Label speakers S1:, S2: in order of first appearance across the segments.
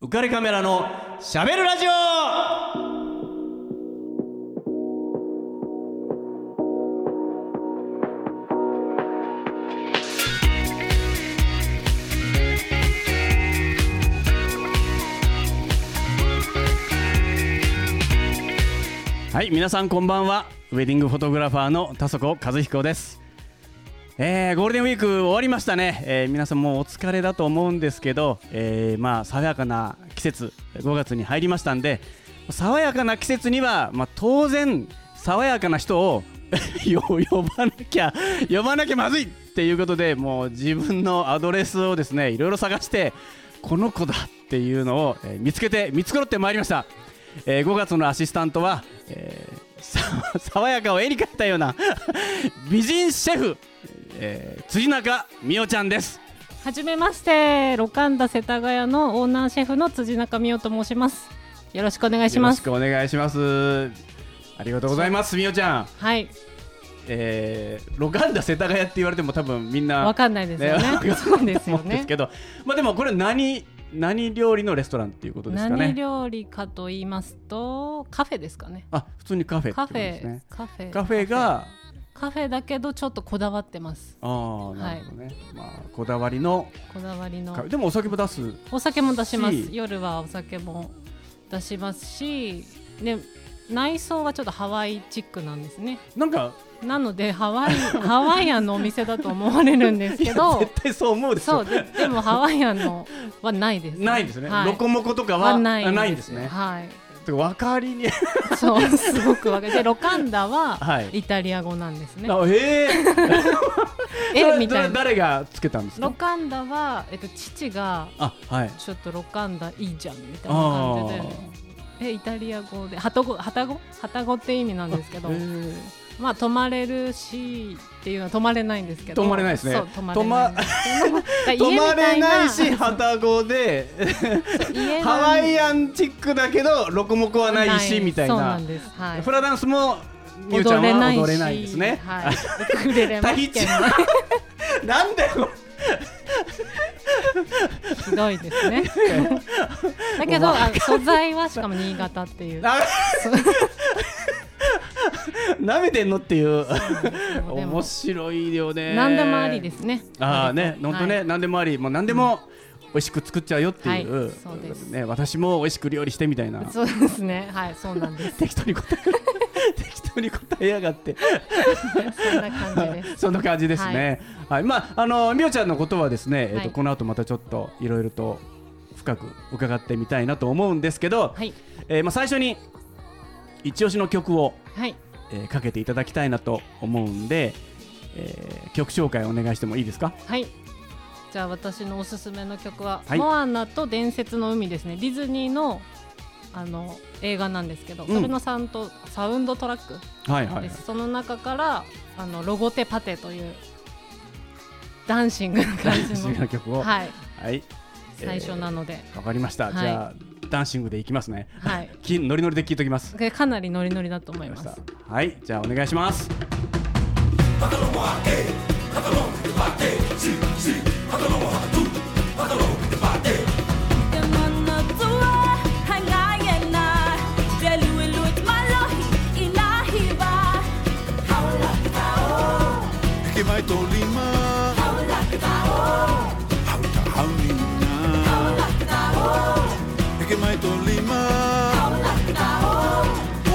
S1: 浮かれカメラのしゃべるラジオはい皆さんこんばんはウェディングフォトグラファーの田底和彦ですえーゴールデンウィーク終わりましたね、えー皆さんもうお疲れだと思うんですけど、えーまあ爽やかな季節5月に入りましたんで爽やかな季節には、まあ、当然爽やかな人を よ呼ばなきゃ呼ばなきゃまずいっていうことでもう自分のアドレスをですねいろいろ探してこの子だっていうのを、えー見つけて見つくろってまいりました、え5月のアシスタントは、えーさ爽やかを絵に描いたような美人シェフえー辻中美桜ちゃんです。
S2: はじめまして、ロカンダ世田谷のオーナーシェフの辻中美代と申します。よろしくお願いします。
S1: よろしくお願いします。ありがとうございます、美桜ちゃん。
S2: はい、
S1: えー、ロカンダ世田谷って言われても多分みんな
S2: わかんないですよね。
S1: わ
S2: そ
S1: か
S2: うん
S1: ないと
S2: です
S1: 思
S2: よ
S1: うんで
S2: ね
S1: す。けど、まあでもこれ何何料理のレストランっていうことですか
S2: 何
S1: ね。
S2: 料理かと言いますと、カフェですかね。
S1: あ、普通にカフェってこ
S2: カ
S1: と
S2: フ
S1: です
S2: ェ
S1: ね、。
S2: カフェ、
S1: カフェが、
S2: カフェだけどちょっとこだわってます。
S1: ああ、なるほどね。まあこだわりの
S2: こだわり
S1: カフ
S2: の
S1: ェ、でもお酒も出す。
S2: お酒も出します
S1: し。
S2: 夜はお酒も出しますし、ね、内装はちょっとハワイチックなんですね。
S1: なんか
S2: なのでハワイハワイアンのお店だと思われるんです
S1: い
S2: け
S1: や
S2: ど
S1: 絶対そう思うでし
S2: そ
S1: ょ
S2: う。ででもハワイアンのはないです、
S1: ないんですね。
S2: はい
S1: ロコモコとかは
S2: は
S1: あ
S2: ない
S1: ないんですね。
S2: はい
S1: てか分かり に
S2: そうすごくわかるでロカンダ
S1: は
S2: はいイタリア語なんですね、
S1: あええそ
S2: え
S1: れ
S2: みたい
S1: ど
S2: な
S1: 誰がつけたんです
S2: ロ
S1: か
S2: カンダは、えっと、父が
S1: あはい
S2: ちょっとロカンダいいじゃんみたいな感じでえイタリア語ではたごはたごはたごって意味なんですけど
S1: へー
S2: まあ泊まれるしっていうのは泊まれないんですけど
S1: 泊まれないですね
S2: そう泊まれないんですけどだから家
S1: 泊まれ
S2: みたい
S1: ないしはたごで
S2: 家
S1: ハワイ
S2: ア
S1: アンチックだけどロコモコはないしみたい
S2: そうな
S1: なん
S2: です。はい。
S1: フラダンスもみゆちゃんは踊れない
S2: し
S1: ですね
S2: はい。ウクレレも
S1: タ
S2: 弾
S1: ヒ
S2: け
S1: チ
S2: ない。
S1: なんだよ
S2: ひどいです ね。だけど、あ素材はしかも新潟っていう。
S1: な舐めてんのっていう
S2: もうでも
S1: 面白いよね
S2: 何でもありですね。
S1: ああね、
S2: はい
S1: 本当ね、何でもあり、もう何でも美味しく作っちゃうよっていう、
S2: はいそうです
S1: ね、私も美味しく料理してみたいな。
S2: そうですね。はい、そうなんです。
S1: 適当に答 える、適当に答えやがって、
S2: そんな感 じです。
S1: そんな感じですね。はい、まあ、あの、みおちゃんのことはですね、えっ
S2: は
S1: と、
S2: い
S1: この後またちょっといろいろと。深く伺ってみたいなと思うんですけど、
S2: はい。
S1: えーまあ、最初に。一押しの曲を、
S2: はい。
S1: えーかけていただきたいなと思うんで。えー曲紹介お願いしてもいいですか。
S2: はい。じゃあ私のおすすめの曲は、
S1: はい
S2: モアナと伝説の海ですね。ディズニーのあの映画なんですけど、
S1: うん
S2: それのサウンドサウンドトラック
S1: はいはい、は
S2: で
S1: い。
S2: すその中からあのロゴテパテというダンシングな感
S1: 大
S2: じ
S1: 事な
S2: の、
S1: 曲を。は
S2: はい、
S1: い。
S2: 最初なので、
S1: わかりました、
S2: はい
S1: じゃあダンシングでいきますね
S2: はい、
S1: きノリノリで聞いときます
S2: でかなりノリノリだと思います。
S1: はいじゃあお願いし ます
S3: でものとは輝えないデルウィルウィッマロヒイラヒバ
S4: que vai Tolima. Hauta haunina. Que vai Tolima.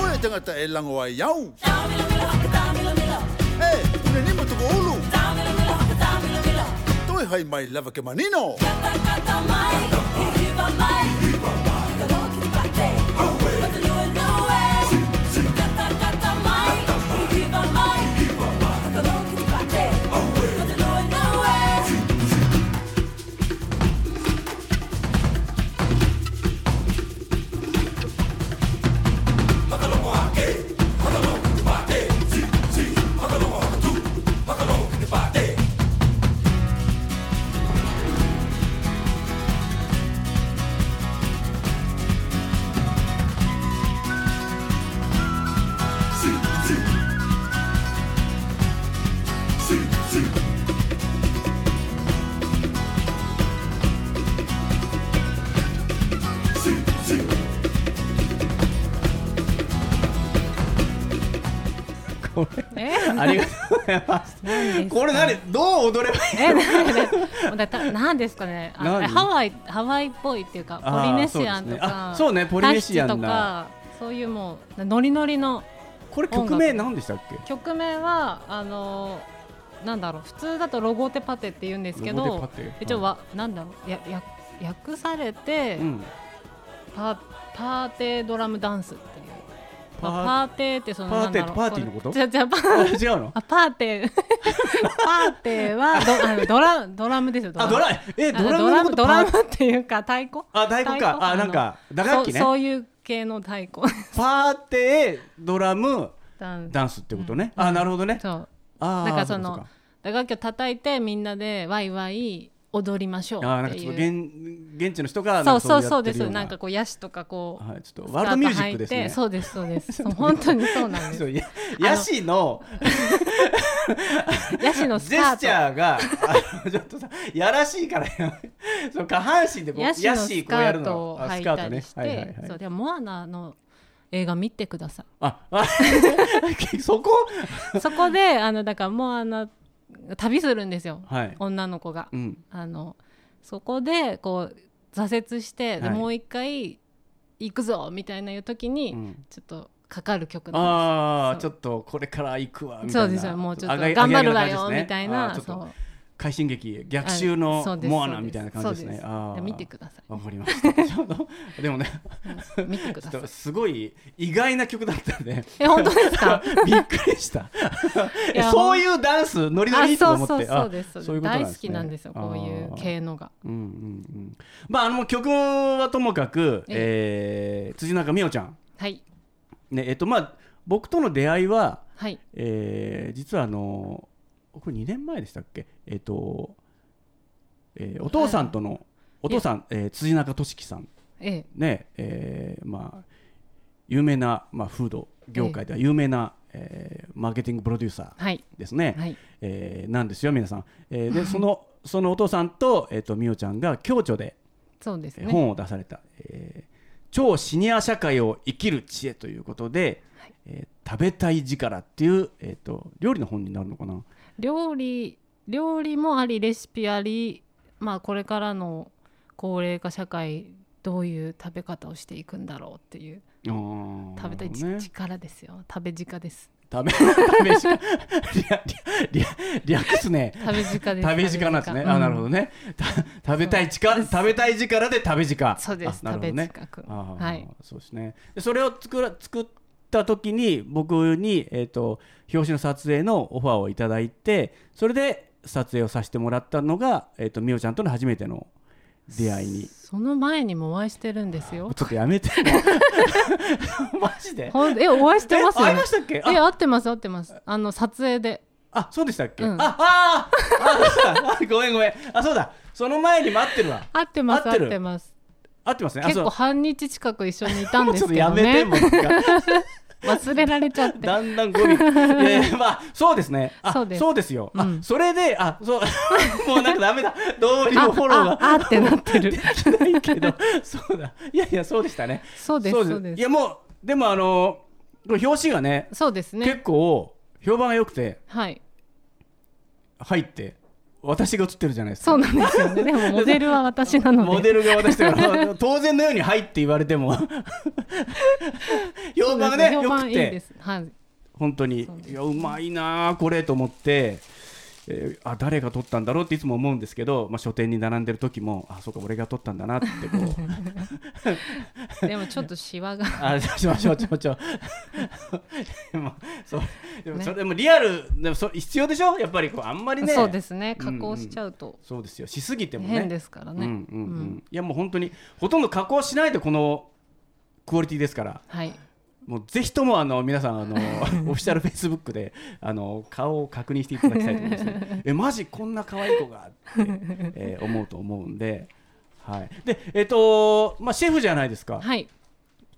S4: Ue tangata e lango ai iau. E, une nima tuku ulu. Toi hai mai lava ke manino.
S3: Yeah.
S4: 「
S2: え
S1: ありがとうございます。これ何どう踊ればいい
S2: えなん だたなんですかねあ
S1: 何
S2: ハワイハワイっぽいっていうか
S1: あー
S2: ポリネシアンとか
S1: そうですねあそうねポリネシアンな
S2: タヒチとかそういうもうノリノリの
S1: これ曲名何でしたっけ
S2: 曲名はあのーなんだろう普通だとロゴテパテって言うんですけ
S1: ロゴ
S2: ど
S1: テパテ
S2: 一応はなんだろうやや訳されて、
S1: うん
S2: パパーテードラムダンスっていう
S1: パ
S2: パ
S1: ー
S2: ーテーってその
S1: パー
S2: なん
S1: テー
S2: だろう
S1: パーティーのこと
S2: じゃじゃパ
S1: あ
S2: ー
S1: 違うの
S2: あパーテーパーテーはどあのドラドラムですよド
S1: あドラえド
S2: あ
S1: ラム
S2: ド
S1: の
S2: ラ
S1: こ
S2: ム
S1: と
S2: ドラ
S1: パー
S2: ムっていうか太鼓
S1: あ太鼓かあ
S2: の
S1: なんか打楽器ね
S2: そうそういう系の太鼓
S1: パーテードラム
S2: ダンス
S1: ダンスってことねあなるほどね
S2: そう
S1: あー
S2: だからそ
S1: っ
S2: の
S1: か
S2: 打楽器を叩いてみんなでワイワイ踊りましょ
S1: っ
S2: う
S1: かあーなん
S2: っ
S1: か
S2: て
S1: ち
S2: い
S1: ょっと
S2: う
S1: 現現地の人が
S2: そ
S1: なんか
S2: うそう
S1: い
S2: そう
S1: や
S2: で
S1: ってるよ
S2: す
S1: う
S2: なんかこうヤシとかこう、
S1: はいちょっとワールドミュージックですね
S2: スカート履いてそうですそうですそう本当にそうなんで す
S1: そうやヤシの
S2: ヤシのス
S1: ジ
S2: カー
S1: ェ
S2: ト
S1: スチャーがあのちょっとさやらしいから やめそう下半身でこう
S2: ヤシのスカ
S1: こうやる
S2: ート
S1: の
S2: を
S1: あ
S2: 履いたりして、
S1: はいはいはい
S2: そうでもモアナの映画見てくださ
S1: ああ そこ
S2: いそこであのだからモアナ旅するんですよ、
S1: はい
S2: 女の子が、
S1: うん
S2: あのそこでこう挫折して、で
S1: はい
S2: もう一回行くぞみたいないう時に、
S1: うん
S2: ちょっとかかる曲なんで
S1: ああち
S2: そ
S1: ょっとこれから行くわみ
S2: す
S1: たいな
S2: そうですよもうちょっ
S1: あ
S2: と
S1: がい
S2: 頑張るわ
S1: 上げ上
S2: よ
S1: げの
S2: みたい
S1: 感
S2: な
S1: じですねあーちょっと
S2: そう
S1: 快進撃逆襲
S2: あそ
S1: の
S2: うです
S1: モアナ
S2: そうです
S1: みたいな感じです
S2: そう
S1: ねあー
S2: 見てくださ
S1: わかりましたちょっとでもね
S2: い見てく
S1: ちょ
S2: だ
S1: っ
S2: さい
S1: とすごい意外な曲だったん で
S2: え本当ですか
S1: びっくりした。
S2: い
S1: え
S2: や
S1: そういうダンスノリノ
S2: あ
S1: リと
S2: そ
S1: 思
S2: う
S1: って。
S2: そう
S1: あ
S2: そうですそうです
S1: そういうこと
S2: 大好きなんですよこういう。
S1: あー
S2: 系のが
S1: うんうんうん。まああの曲はともかく、えー辻中美桜ちゃん
S2: はい
S1: ねえっとまあ僕との出会いは、
S2: はい
S1: えー実はあのこれ2年前でしたっけえっと、えーお父さんとのお父さん、えー辻中俊樹さん
S2: ええ
S1: ねえーまあ、有名な、まあ、フード業界では有名な、えーマーケティングプロデューサー
S2: はい
S1: ですね、
S2: はい
S1: えーなんですよ皆さん、え ーでそのそのお父さんと,、えー、と美桜ちゃんが共著で、
S2: そうです
S1: えー
S2: ね
S1: 本を出された、えー超シニア社会を生きる知恵」ということで、えー食べたい力」っていう、えー、と料理の本になるのかな
S2: 料理料理もありレシピありまあこれからの高齢化社会どういう食べ方をしていくんだろうっていう食べたい、ち
S1: 力
S2: 力ですよ食べ直です
S1: 食べ 食べしかリアリアリア略すね
S2: 食べ直です
S1: 食べ力なんですね。
S2: う
S1: あ、なるほどね。た食べたい力、食べたい力で食べ力。
S2: そうです
S1: あなるほどね
S2: 食べ力
S1: あー
S2: はい
S1: そうですね。でそれを作ら作った時に僕にえっ、と表紙の撮影のオファーをいただいて、それで撮影をさせてもらったのがえっ、とみおちゃんとの初めての出会いに。
S2: その前にもお会いしてるんで すよ
S1: ちょっとやめ て。マジで。
S2: ほんえお会いしてますよ
S1: え会いましたっけ？
S2: え
S1: あ
S2: 合ってます合ってますあの撮影で
S1: あそうでしたっけ？
S2: うん
S1: ああーああごめんごめん。あそうだ。その前に待ってるわ。
S2: 合ってます
S1: 合
S2: 合
S1: って
S2: っ
S1: る
S2: てます
S1: 合ってますね。あ
S2: 結
S1: そう
S2: 構半日近く一緒にいたんで
S1: ちょ
S2: す
S1: っと
S2: け
S1: や
S2: ど
S1: めて
S2: ね
S1: もう一回
S2: 忘れられ ちゃって
S1: だんだん語尾、え ー、まあそうですねあ
S2: そうです
S1: よ、
S2: う
S1: あ
S2: ん
S1: それであそう もうなんかダメだ同
S2: あ
S1: 僚フォローが
S2: ああってなってる
S1: ないけどそうだいやいやそうでしたね
S2: そうですそうです
S1: いやもうでもあのこれ表紙がね
S2: そうですね
S1: 結構評判が良くて
S2: はい
S1: 入って私が写ってるじゃないですか
S2: そうなんですよねでもモデルは私なので
S1: モデルが私だから 当然のように入って言われても評判がね
S2: そうで
S1: 良
S2: す評
S1: く
S2: 判
S1: て
S2: いいですはい
S1: 本当に
S2: そうです
S1: いやうまいなあこれと思って、えーあ誰が撮ったんだろうっていつも思うんですけど、まあ、書店に並んでる時もあそうか俺が撮ったんだなってこ う
S2: でもちょっとシワが
S1: あしましょうしましょう でもそうでも
S2: ね
S1: それでもリアルでもそ必要でしょやっぱりこうあんまりね
S2: そうですね加工しちゃうと
S1: そうですよしすぎてもね
S2: 変ですから
S1: うん
S2: ね
S1: うんうん
S2: うん
S1: いやもう本当にほとんど加工しないでこのクオリティですから
S2: はい
S1: もうぜひともあの皆さん あのオフィシャルフェイスブックであの顔を確認していただきたいと思い ます、ね、えマジこんな可愛い子がって、えー思うと思うんで、はい、でえっ、とまあシェフじゃないですか、
S2: はい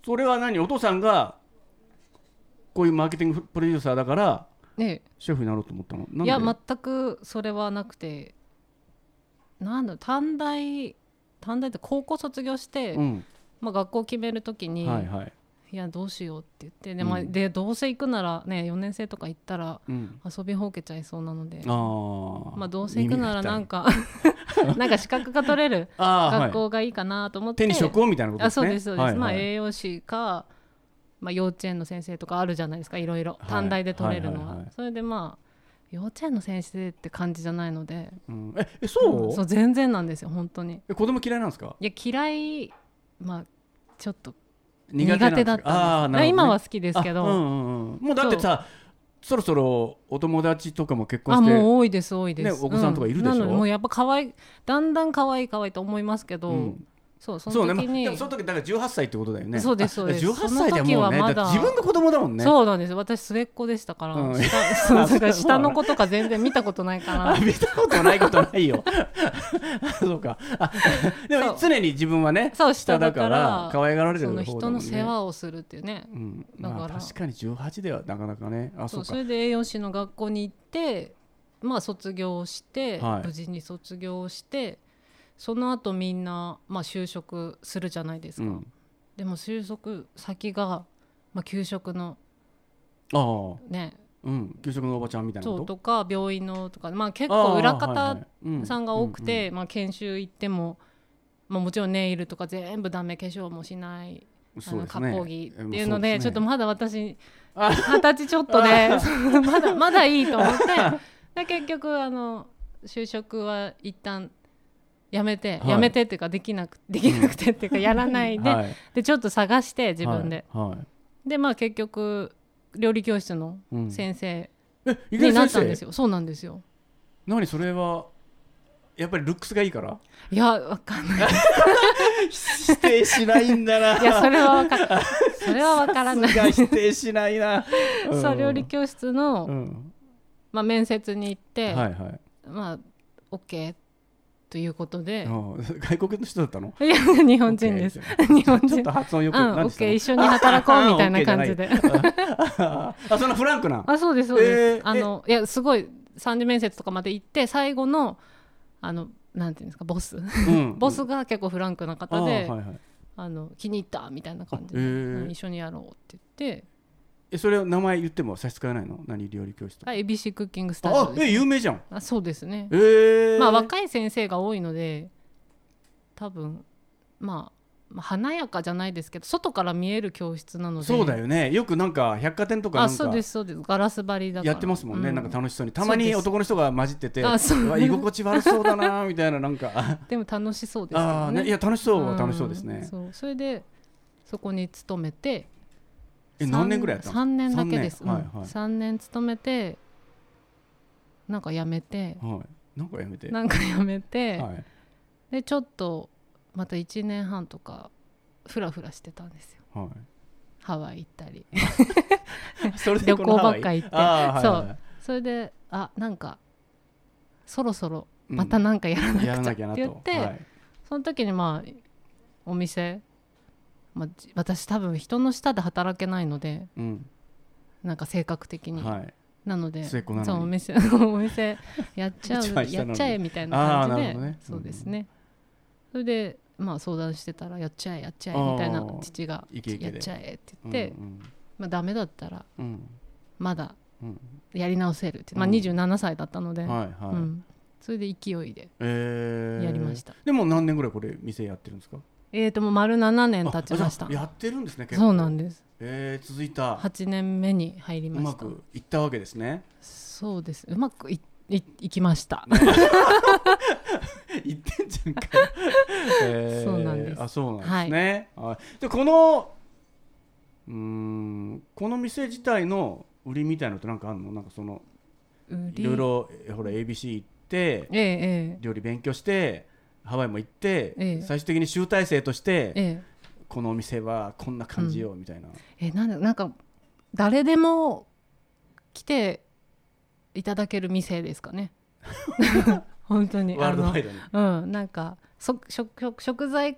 S1: それは何お父さんがこういうマーケティングプロデューサーだから
S2: ね
S1: シェフになろうと思ったのなんで
S2: いや全くそれはなくてなんだ短大短大って高校卒業して、
S1: うん
S2: まあ、学校決めるときに、
S1: はいはい
S2: い、いやどうしようって言ってで,、まあ、でどうせ行くならね4年生とか行ったら
S1: うん
S2: 遊びほうけちゃいそうなので
S1: あー
S2: まあどうせ行くならなん
S1: 耳が
S2: かなんか資 格が取れる
S1: 痛いあー、はい
S2: 学校がいいかなと思って、
S1: 手に職をみたいなこと
S2: あ
S1: です
S2: そう
S1: ね
S2: ですそうです、
S1: はいはい
S2: まあ栄養士か、まあ、幼稚園の先生とかあるじゃないですかいろいろ
S1: はい
S2: 短大で取れるのは,、
S1: はいはいはい
S2: それでまあ幼稚園の先生って感じじゃないので
S1: うんええそう,、
S2: そう全然なんですよ本当に
S1: え子供嫌いなんですか
S2: いや嫌いまあちょっと
S1: 苦手
S2: 苦手だっ
S1: あー
S2: たんです
S1: なるほどね
S2: 今は好きですけど
S1: あうんうんうんもうだってさそろそろお友達とかも結婚し
S2: あ
S1: て
S2: もう多いです多いです、
S1: ねお子さんとかいるでしょ
S2: うなのにもうやっぱ可愛いだんだん可愛い可愛いと思いますけど、
S1: うん
S2: そうそ
S1: そうね、
S2: の
S1: まあ
S2: 時に
S1: でもその時だから18歳ってことだよね
S2: そうですそうです
S1: あ18歳でもうね
S2: その時はまだ
S1: だって自分の子供だもんね
S2: そうなんです私末っ子でしたから、
S1: うん
S2: 下そうだか ら
S1: そう
S2: 下の子とか全然見たことないか
S1: あ
S2: ら
S1: 見たことないことないよ あそうか あでも常に自分はね
S2: そう
S1: 下
S2: 下
S1: だ
S2: だ
S1: か
S2: からら
S1: 可愛がられてる
S2: そ
S1: 方だも
S2: の
S1: んね
S2: 人の世話をするっていうね
S1: うん
S2: だから
S1: まあ、確かに18ではなかなかねあそ
S2: そ
S1: うう
S2: そ
S1: か
S2: れで栄養士の学校に行ってまあ卒業して、
S1: はい
S2: 無事に卒業してその後みんな、まあ、就職するじゃないです
S1: う
S2: か、
S1: ん
S2: でも就職先が、まあ、給食の
S1: ああ
S2: ね
S1: うん給食のおばちゃんみたいな
S2: そ
S1: こ
S2: う
S1: と
S2: とか病院のとか、まあ、結
S1: ああ
S2: 構裏
S1: はい
S2: 方
S1: はいうん
S2: さんが多く
S1: うんうん
S2: て、まあ、研修行っても、まあ、もちろんネイルとか全部ダメ化粧もしない。あ
S1: そう
S2: の
S1: です
S2: 割
S1: ね
S2: 烹着っていうので
S1: ん
S2: ちょっと
S1: そう
S2: まだ私
S1: あ
S2: 二十歳ちょっとでそうまだまだいいと思 ってで結局あの就職は一旦やめて、
S1: はい
S2: やめてっていうかできなくできなくてっていうかやらな
S1: で
S2: い
S1: す
S2: で、
S1: ねはい
S2: でちょっと探して自分で、
S1: はいはい
S2: でまあ結局料理教室の
S1: うん
S2: 先生
S1: えいき
S2: に
S1: な
S2: な
S1: り
S2: ったんで
S1: 先
S2: す
S1: 生
S2: よ、そうなんですよ
S1: 何それはやっぱりルックスがいいから
S2: いやわかんない
S1: 否定しないんだな。
S2: いやそれはわか それはわからない
S1: さすが否定しないな。ん
S2: そう料理教室の、
S1: うん。
S2: まあ、面接に行って、
S1: はいはい。
S2: まあ OK ということで、
S1: うん外国の人だったの？
S2: いや日本人です 日本
S1: ちょっ
S2: 人
S1: と発音よく。
S2: うん
S1: なんて言
S2: OK
S1: っ
S2: 一緒に働こうみたいな感じで
S1: たのあそんなフランクな。
S2: あそうですそうです、
S1: えー
S2: あのいやすごい三次面接とかまで行って最後のあのなんていうんですかボス
S1: うん
S2: ボスが結構フランクな
S1: あ
S2: 方
S1: ー
S2: で、
S1: はいはい。
S2: あの気に入ったみたいな感じ
S1: あ
S2: で、
S1: へー
S2: うん一緒にやろうって言って
S1: えそれを名前言っても差し支えないの？何料理教室とか？
S2: あ ABC クッキングスタジ
S1: あ
S2: オです
S1: え有名じゃん。
S2: あそうですね
S1: えー。
S2: まあ若い先生が多いので多分まあまあ華やかじゃないですけど外から見える教室なので
S1: そうだよね。よくなんか百貨店とかな
S2: あ
S1: んか
S2: そうですそうですガラス張りだから
S1: やってますもんね、
S2: う
S1: なんか楽しそうにたまに男の人が混じってて
S2: あそう
S1: うわ居心地悪そうだなみたいななんかあ
S2: でも楽しそうですけ
S1: あ
S2: ど
S1: ーねいや楽しそうは楽しそうです
S2: ん
S1: ね、
S2: そうそれでそこに勤めて
S1: え何年ぐらいやったの
S2: 3年だけです
S1: 三年
S2: うん
S1: はい
S2: 三年勤めてなんか辞めて
S1: はい、はい、なんかやめて
S2: なんか辞めて、
S1: はい、
S2: でちょっとまた1年半とかフラフラしてたんですよ
S1: は
S2: ハワイ行ったり
S1: い、それ
S2: 旅行ばっか行って
S1: そ
S2: それであなんかそろそろまたなんかやらなくち
S1: やら
S2: ゃっ
S1: な
S2: て
S1: きゃなと
S2: 言って、
S1: はい
S2: その時にまあお店、まあ、じ私多分人の下で働けないので
S1: うん
S2: なんか性格的に、
S1: はい、
S2: なので
S1: 末っ子なのに
S2: そうお店 お店やっちゃう
S1: 一番下なの
S2: や
S1: に
S2: っちゃえみたいな感じ
S1: あーなる
S2: で、
S1: ほどね
S2: そうですね、それでまあ相談してたらやっちゃえやっちゃえ
S1: あー
S2: みたいな父が
S1: イケイケで
S2: やっちゃえって言って、
S1: うん
S2: まあダメだったら
S1: うん
S2: まだ
S1: うん
S2: やり直せるって、ま
S1: う
S2: あ、
S1: ん
S2: 27歳だったので、
S1: うん、はいはい、
S2: うん、それで勢いで
S1: えー、
S2: やりました
S1: でも何年ぐらいこれ店やってるんですか
S2: えー、ともう丸7年経ちまし
S1: あ
S2: た
S1: じゃあやってるんですね結構
S2: そうなんです
S1: えー、続いた
S2: 8年目に入り
S1: う
S2: ま
S1: ま
S2: した
S1: くいったわけですね
S2: そうですうまくいいいきました、
S1: 言ってんじゃんか、え
S2: そうなんです
S1: あそうなんですね、はい、でこのうーんこの店自体の売りみたいのってなんかあるのなんかその
S2: 売
S1: いろいろえほら ABC 行って
S2: えええ
S1: 料理勉強してハワイも行って、
S2: ええ
S1: 最終的に集大成とし
S2: え
S1: て
S2: ええ
S1: このお店はこんな感じよみたいな、
S2: えなんだなんか誰でも来ていただける店です かね本当に
S1: ワールドワイ
S2: ド
S1: ドに、
S2: うんなんかそ食食食材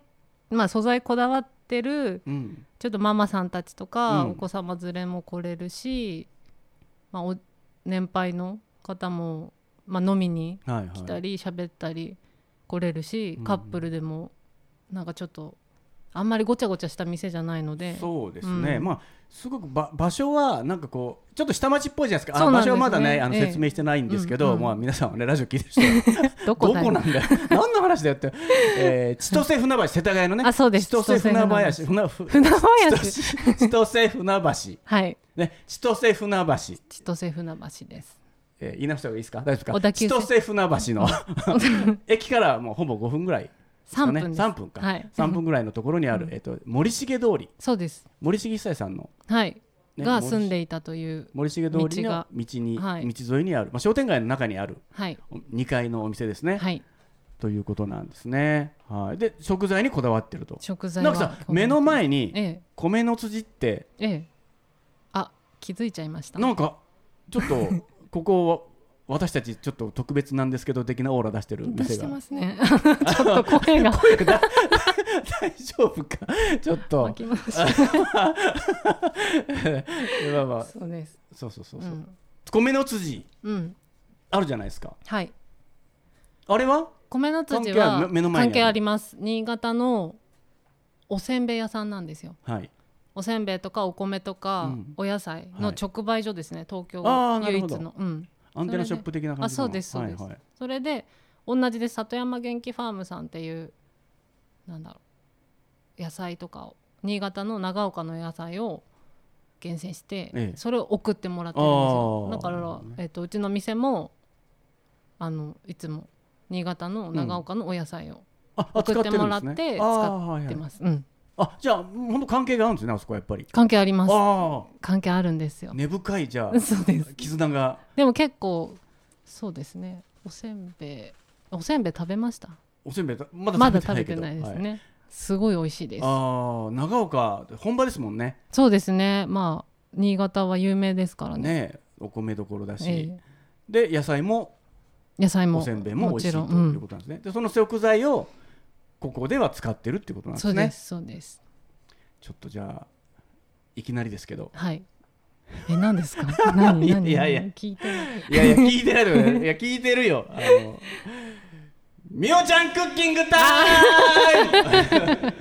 S2: まあ素材こだわってる
S1: うん、
S2: ちょっとママさんたちとか、
S1: うん
S2: お子様連れも来れるし、まあ、お年配の方も、まあ、飲みに
S1: はいは
S2: 来
S1: い
S2: たり喋ったり来れるし、
S1: うん
S2: カップルでもなんかちょっとあんまりごちゃごちゃした店じゃないので
S1: そうですね、
S2: うん
S1: まあすごくば場所はなんかこうちょっと下町っぽいじゃないですか
S2: そ
S1: あ
S2: うな
S1: 場
S2: んです
S1: 所
S2: ね
S1: はまだねあの
S2: ええ
S1: 説明してないんですけど、
S2: うんうん
S1: まあ、皆さんはねラジオ聞いてる人 は
S2: どこ
S1: ど
S2: だ
S1: こ
S2: よ
S1: なんだよ 何の話だよって、えー、千歳船橋世田谷のね
S2: あそうです
S1: 千歳船橋
S2: 千
S1: 船橋
S2: 船橋
S1: 千歳船橋
S2: はい
S1: ね千歳船橋
S2: 千歳船橋です
S1: えー言い直した方がいいですか大丈夫
S2: 小
S1: で
S2: 田
S1: す
S2: 急
S1: か
S2: 線
S1: 千歳船橋の 駅からもうほぼ5分ぐらいですか
S2: 3
S1: ね
S2: 分です
S1: 3分か、
S2: はい
S1: 3分ぐらいのところにある、えっと森重通り
S2: そうです
S1: 森重久さんの
S2: はい、
S1: ね
S2: が住んでいたという
S1: 森重通り
S2: 道
S1: の
S2: が
S1: 道に道,、
S2: はい
S1: 沿いにある、まあ、商店街の中にある
S2: はい
S1: 2階のお店ですね、
S2: はい
S1: ということなんですね、はい、で食材にこだわってると
S2: 食材
S1: な
S2: は
S1: んかさ目の前に
S2: え
S1: 米の辻って
S2: えええあ気づいちゃいました
S1: なんかちょっ とここを私たちちょっと特別なんですけど的なオーラ出してる
S2: 出
S1: 店
S2: して
S1: が
S2: ますね ちょっと声が
S1: 声が大丈夫かちょっと
S2: 巻きました
S1: まあまあ
S2: そうです
S1: そうそうそううそう、
S2: ん、
S1: 米の辻
S2: うん、
S1: あるじゃないですか
S2: はい
S1: あれは
S2: 米の辻
S1: 関係あ
S2: は
S1: る目の前にある
S2: 関係あります新潟のおせんべい屋さんなんですよ
S1: はい
S2: おせんべいとかお米と
S1: う
S2: か
S1: ん
S2: お野菜
S1: は
S2: の
S1: い
S2: 直売所ですね、東京
S1: あーなる
S2: 唯
S1: ほ
S2: 一
S1: ど
S2: の、うん、
S1: アンテナショップ的な感じ
S2: あ
S1: の
S2: そうですそうです、
S1: はいはい
S2: それで同じで里山元気ファームさんっていうなんだろう野菜とかを新潟の長岡の野菜を厳選して、
S1: ええ
S2: それを送ってもらってるんですよ
S1: あー
S2: だから
S1: なるほどね
S2: えっとうちの店もあのいつも新潟の長岡のお野菜を
S1: ああ
S2: 送ってもらっ
S1: 使るんです
S2: て
S1: ね
S2: 使って
S1: あーはいはい
S2: ます、うん、
S1: あじゃあ本当関係があるんですねあそこはやっぱり
S2: 関係あります
S1: あ
S2: 関係あるんです
S1: あ
S2: よ、
S1: 根深いじゃ
S2: そうです
S1: あ絆が
S2: でも結構そうですねおせんべいおせんべい食べました
S1: おせんべいたまだ
S2: ま
S1: 食べ
S2: だ
S1: てな
S2: 食べ
S1: いけ
S2: て
S1: ど
S2: ないです
S1: はい
S2: ね、すごい美味しいです
S1: ああ長岡本場ですもんね
S2: そうですねまあ新潟は有名ですからね
S1: ねお米どころだし、
S2: ええ
S1: で野菜も
S2: 野菜も
S1: おせんべいも美味しいと
S2: もちろん、
S1: いうことなんですね、でその食材をここでは使ってるってことなんで
S2: そ
S1: す
S2: う
S1: ね
S2: ですそうです
S1: ちょっとじゃあいきなりですけど
S2: はいえ何ですか 何何
S1: いやいや
S2: 何聞いてない
S1: いやいや聞いてないでくださいいや聞いてるよあのみおちゃんクッキングタイム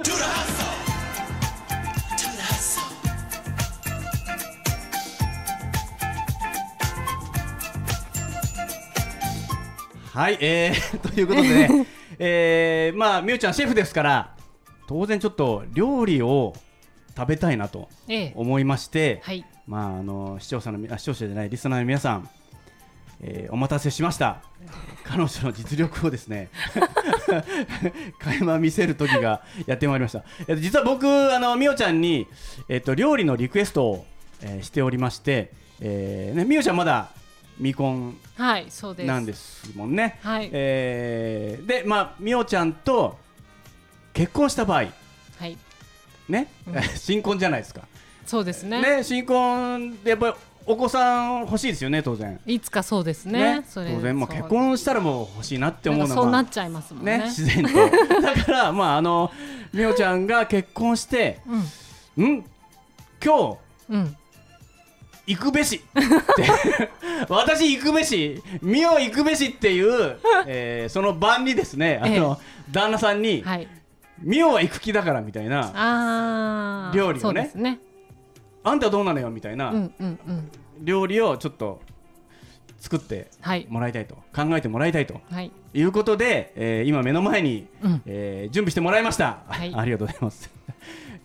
S1: はい、えー、ということでね、えー、まあ、みおちゃんシェフですから、当然ちょっと料理を食べたいなと
S2: ええ
S1: 思いまして、
S2: はい
S1: まあ、あの視聴者のみあ視聴者じゃないリスナーの皆さん、えーお待たせしま した彼女の実力をですね 垣間見せる時がやってまいりました、えっと、実は僕あのみおちゃんに、えっと、料理のリクエストを、えーしておりまして、えーね、みおちゃんまだ未婚
S2: はいそうです
S1: なんですもんね、
S2: はい
S1: えーでまあみおちゃんと結婚した場合
S2: はい
S1: ね、 新婚じゃないですか
S2: そうですね
S1: ね、新婚でやっぱりお子さん欲しいですよね、当然。
S2: いつかそうですねそれ
S1: 当然、まあ、
S2: そう
S1: 結婚したらもう欲しいなって思う
S2: なん
S1: の
S2: か
S1: が、
S2: そう
S1: ま
S2: な
S1: あ
S2: っちゃいますもんね
S1: ね 自然と。だから、まあ、あの、みおちゃんが結婚して、ん今日
S2: うんうん
S1: 行くべしって 私行くべしみお行くべしって いう、えーその晩にですねあの、旦那さんに、
S2: はい
S1: みおは行く気だからみたいな
S2: あー
S1: 料理をね
S2: そうですね
S1: あんたどうなのよみたいな、
S2: うんうんうん
S1: 料理をちょっと作って
S2: はい
S1: もらいたいと考えてもらいたいと
S2: はい
S1: いうことで、えー今目の前に、
S2: うん
S1: えー準備してもらいました、
S2: はい
S1: ありがとうございます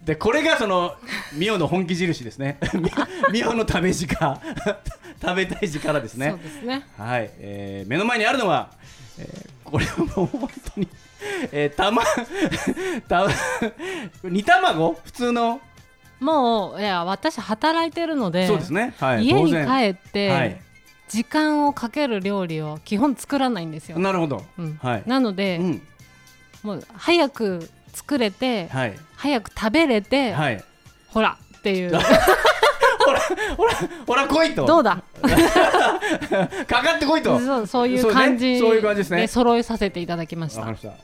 S1: でこれがそのミオの本気印ですね ミオの食べ時間 食べたい時からです
S2: そう
S1: ね
S2: ですね
S1: はい、えー目の前にあるのは、えーこれはもう本当に、えー、 たまたま煮卵普通の、
S2: もういや私働いてるので
S1: そうですね、はい、
S2: 家
S1: 当
S2: に
S1: 然
S2: 帰って、
S1: はい
S2: 時間をかける料理を基本作らないんですよ、
S1: なるほど、
S2: うん
S1: はい、
S2: なので、
S1: うん、
S2: もう早く作れて、
S1: はい
S2: 早く食べれて、
S1: はい
S2: ほらって いう
S1: ほらほら来いと
S2: どうだ
S1: かかってこいと
S2: そうそうい
S1: そう
S2: う
S1: ね
S2: 感じ
S1: そういう感じですね
S2: 揃えさせていただきまし
S1: わかり
S2: た
S1: ました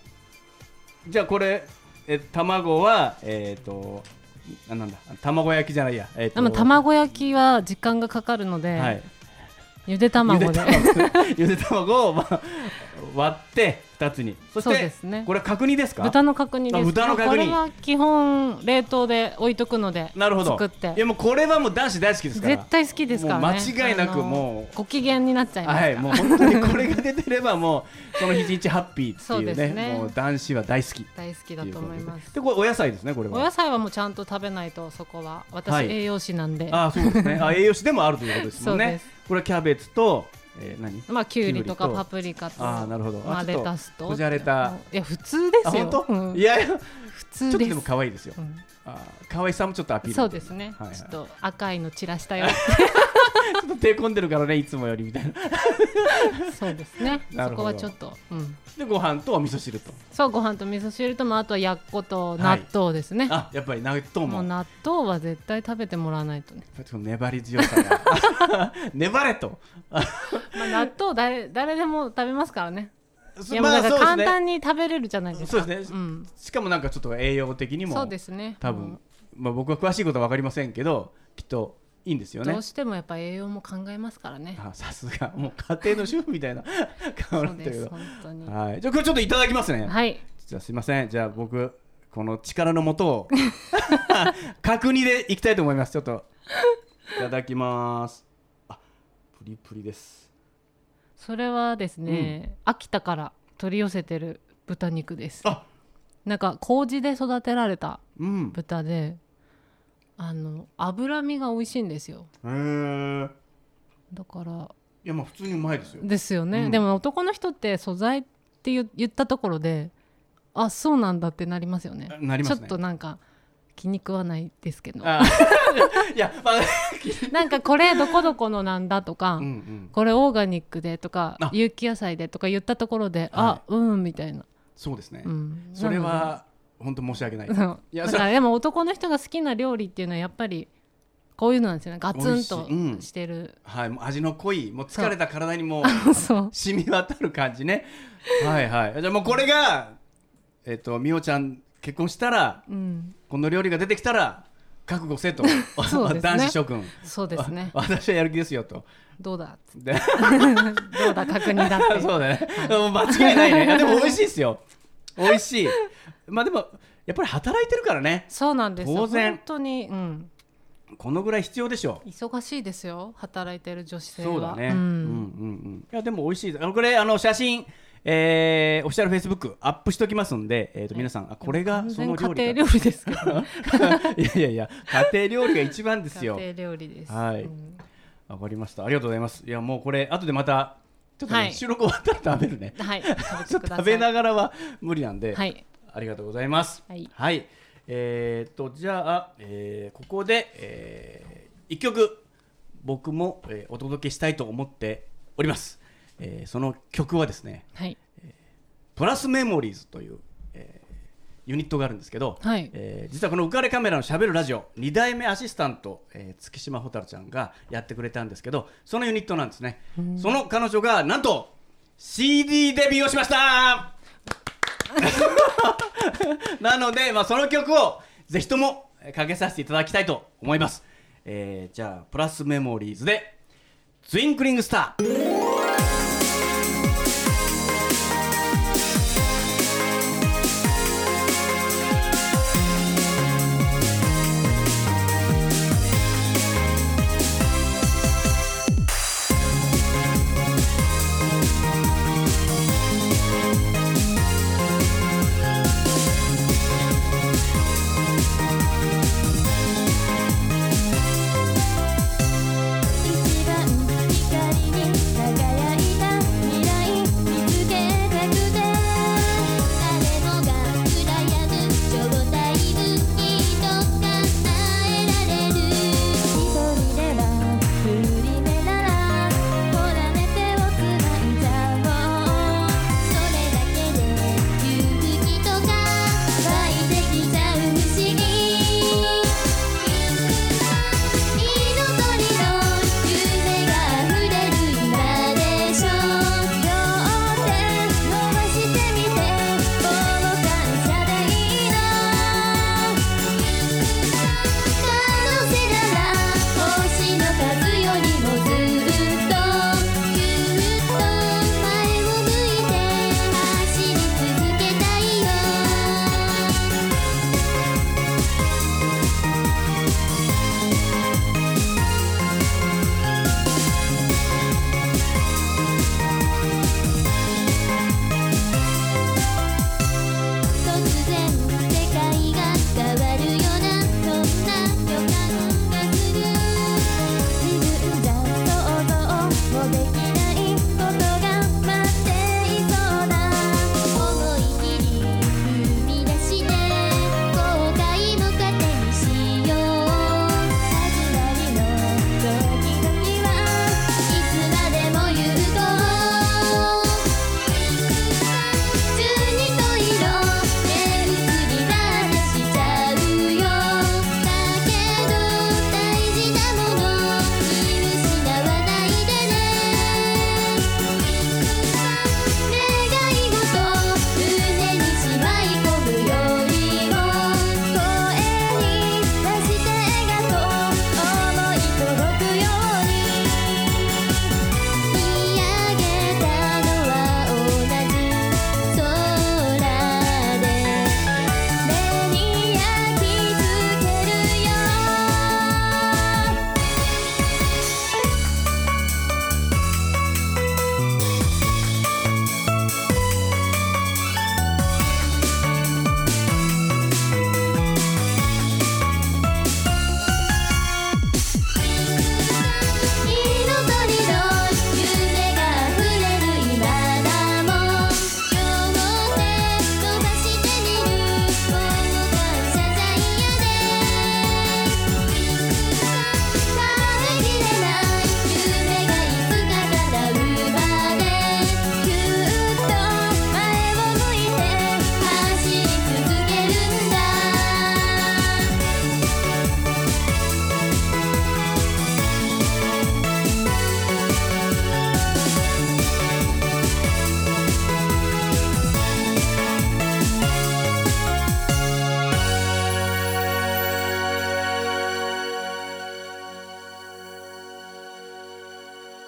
S1: じゃあこれえ卵はえっ、とあなんだ卵焼きじゃないやえっ、
S2: で
S1: と
S2: も卵焼きは時間がかかるので、
S1: はい
S2: ゆで卵で
S1: ゆで卵ゆで卵を、まあ、割って二つにそし
S2: そうで
S1: て
S2: すね
S1: これは角煮ですか
S2: 豚の角煮で
S1: あ
S2: す
S1: 豚の角煮
S2: これは基本冷凍で置いとくので
S1: なるほど
S2: 作っ
S1: いや
S2: て
S1: もうこれはもう男子大好きですから
S2: 絶対好きですからね
S1: もう間違いなく
S2: あの
S1: もう
S2: ご機嫌になっちゃいます
S1: は
S2: から、
S1: いもう本当にこれが出てればもうその日一日ハッピーって
S2: そう
S1: いうね
S2: ですね
S1: もう男子は大好きって
S2: 大好き
S1: い
S2: だ
S1: うこと
S2: 思いま
S1: ですでこれお野菜ですねこれは
S2: お野菜はもうちゃんと食べないとそこは私、
S1: はい
S2: 栄養士なんで
S1: あそうですねあ栄養士でもあるということですもん
S2: そう
S1: ね
S2: です
S1: これはキャベツと、えー、何
S2: まあきゅうりと
S1: きゅ
S2: か
S1: うりと
S2: パプリカと
S1: あーなるほど
S2: ま
S1: あ
S2: あ、
S1: ちょっ
S2: レ
S1: と
S2: タスと
S1: こじゃれた
S2: いや普通で
S1: あ
S2: す
S1: 本
S2: よ、
S1: 当、
S2: うん
S1: いやいやちょ
S2: 普
S1: っ
S2: 通
S1: と
S2: です
S1: でも可愛いですよ、
S2: うん
S1: あー可愛さもちょっとアピール
S2: そうですね、
S1: はいはい
S2: ちょっと赤いの散 らしたよ
S1: ちょっと手込んでるからねいつもよりみたいな
S2: そうですね
S1: な
S2: そ
S1: るほど
S2: こはちょっと、うん、
S1: でご飯とお味噌汁と
S2: そうご飯と味噌汁と、まあ、あとはやっこと納豆ですね、
S1: あやっぱり納豆
S2: も
S1: も
S2: う納豆は絶対食べてもらわないとね、
S1: やっぱりその粘り強さが 粘れと
S2: まあ、納豆誰誰でも食べますからねいやもう
S1: ま
S2: な
S1: あ
S2: んか簡
S1: ね
S2: 単に食べれるじゃないですか
S1: そうですね
S2: ん、
S1: しかもなんかちょっと栄養的にも
S2: そうですね
S1: 多
S2: うん
S1: 分、まあ、僕は詳しいことは分かりませんけどきっといいんですよね
S2: どうしてもやっぱ栄養も考えますからね
S1: あさすが もう家庭の主婦み たいな顔にな
S2: そう
S1: ってる
S2: で
S1: け
S2: す
S1: ど
S2: 本当に
S1: はいじゃあこれちょっといただきますね、
S2: はい
S1: じゃあすいませんじゃあ僕この力のもとを 角煮でいきたいと思いますちょっといただきますあプリプリです
S2: それはですね、秋田から取り寄せてる豚肉です
S1: あ
S2: なんか麹で育てられた
S1: うんへ
S2: 豚であの脂身が美味しいんですよ
S1: え
S2: だから
S1: いやまあ普通にうまいです よ
S2: ですよね、
S1: うん
S2: でも男の人って素材って言言ったところであそうなんだってなりますよね
S1: なりますね
S2: ちょっとなんか気に食わないですけど
S1: あいやまあ
S2: なんかこれどこどこのなんだとか、
S1: うんうん
S2: これオーガニックでとか
S1: あ
S2: 有機野菜でとか言ったところであ、うんみたいな、
S1: そうですね、
S2: うん、
S1: それは本当申し訳 ない
S2: なの
S1: い
S2: で
S1: や
S2: だ
S1: そ
S2: か
S1: れ
S2: らでも男の人が好きな料理っていうのはやっぱりこういうのなんですよねガツンと
S1: 美味しいうん
S2: してる、
S1: はいもう味の濃いもう疲れた体にもう
S2: そう
S1: 染み渡る感じねはいはいじゃあもうこれがえっ、と美桜ちゃん結婚したら
S2: うん
S1: この料理が出てきたら覚悟せと、
S2: そうですね
S1: 男子諸君
S2: そうですね
S1: わ私はやる気ですよと
S2: どうだっつっ
S1: で
S2: て どうだ確認だっ て
S1: そうだね、もう間違いないねいやでも美味しいですよ美味しいまあでもやっぱり働いてるからね
S2: そうなんですよ
S1: 当然
S2: 本当に、うん、
S1: このぐらい必要でしょう
S2: 忙しいですよ働いてる女子性は
S1: そうだね、
S2: う
S1: うん、うん
S2: ん
S1: うんいやでも美味しいですあのこれあの写真えー、オフィシャルフェイスブックアップしときますんで、えー、と皆さん、あこれが
S2: 完
S1: そ
S2: 全
S1: の料理
S2: 家庭料
S1: か
S2: 理ですか ら
S1: いやいやいや家庭料理が一番です
S2: 家
S1: よ
S2: 庭料理です、
S1: はい
S2: うん
S1: わかりましたありがとうございますいやもうこれ後でまたちょっと、ね
S2: はい
S1: 収録終わったら食べるね
S2: はい食べ
S1: ちょ
S2: て
S1: っ
S2: く
S1: と
S2: ださ
S1: 食
S2: い
S1: べながらは無理なんで、
S2: はい
S1: ありがとうございます
S2: はい
S1: えー、とじゃあ、えーここで、え1曲僕も、えーお届けしたいと思っております、えーその曲はですね
S2: はい
S1: プラスメモリーズという、えーユニットがあるんですけど、
S2: はい
S1: えー実はこの「浮かれカメラのしゃべるラジオ」2代目アシスタント、えー月島蛍ちゃんがやってくれたんですけどそのユニットなんですねその彼女がなんと CD デビューをしました なので、まあ、その曲をぜひともえーかけさせていただきたいと思います、えーじゃあプラスメモリーズで「ツインクリングスター」
S3: 一番光に輝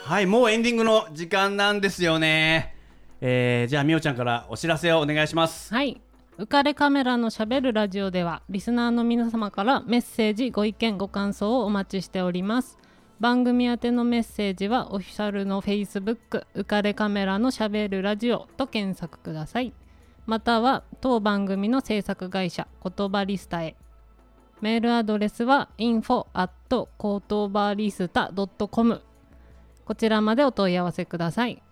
S1: はいもうエンディングの時間なんですよねえー、じゃあみおちゃんからお知らせをお願いします
S2: はい。浮かれカメラのしゃべるラジオではリスナーの皆様からメッセージご意見ご感想をお待ちしております番組宛てのメッセージはオフィシャルの Facebook 浮かれカメラのしゃべるラジオと検索くださいまたは当番組の制作会社言葉リスタへメールアドレスは info at 言葉リスタ .com こちらまでお問い合わせください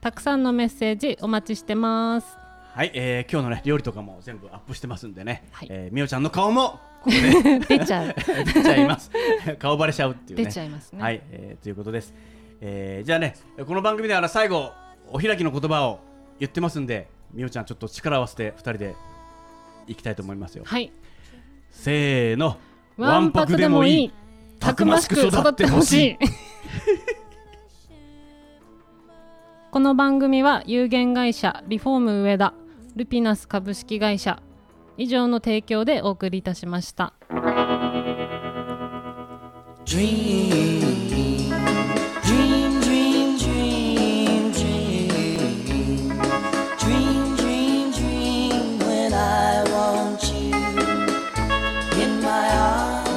S2: たくさんのメッセージお待ちしてます
S1: はい、えー、今日のね料理とかも全部アップしてますんでね、
S2: はい
S1: えーみおちゃんの顔もここ
S2: 出ちゃう
S1: で出ちゃいます 顔バレしちゃうっていうね
S2: 出ちゃいますね
S1: はい、えーということです、えーじゃあねこの番組では最後お開きの言葉を言ってますんでみおちゃんちょっと力を合わせて二人でいきたいと思いますよ
S2: はい
S1: せーの
S2: わんぱくでもいいたくましく育ってほしい この番組は有限会社リフォーム上田ルピナス株式会社以上の提供でお送りいたしました。
S5: Dream, dream, dream when I want you in my arms.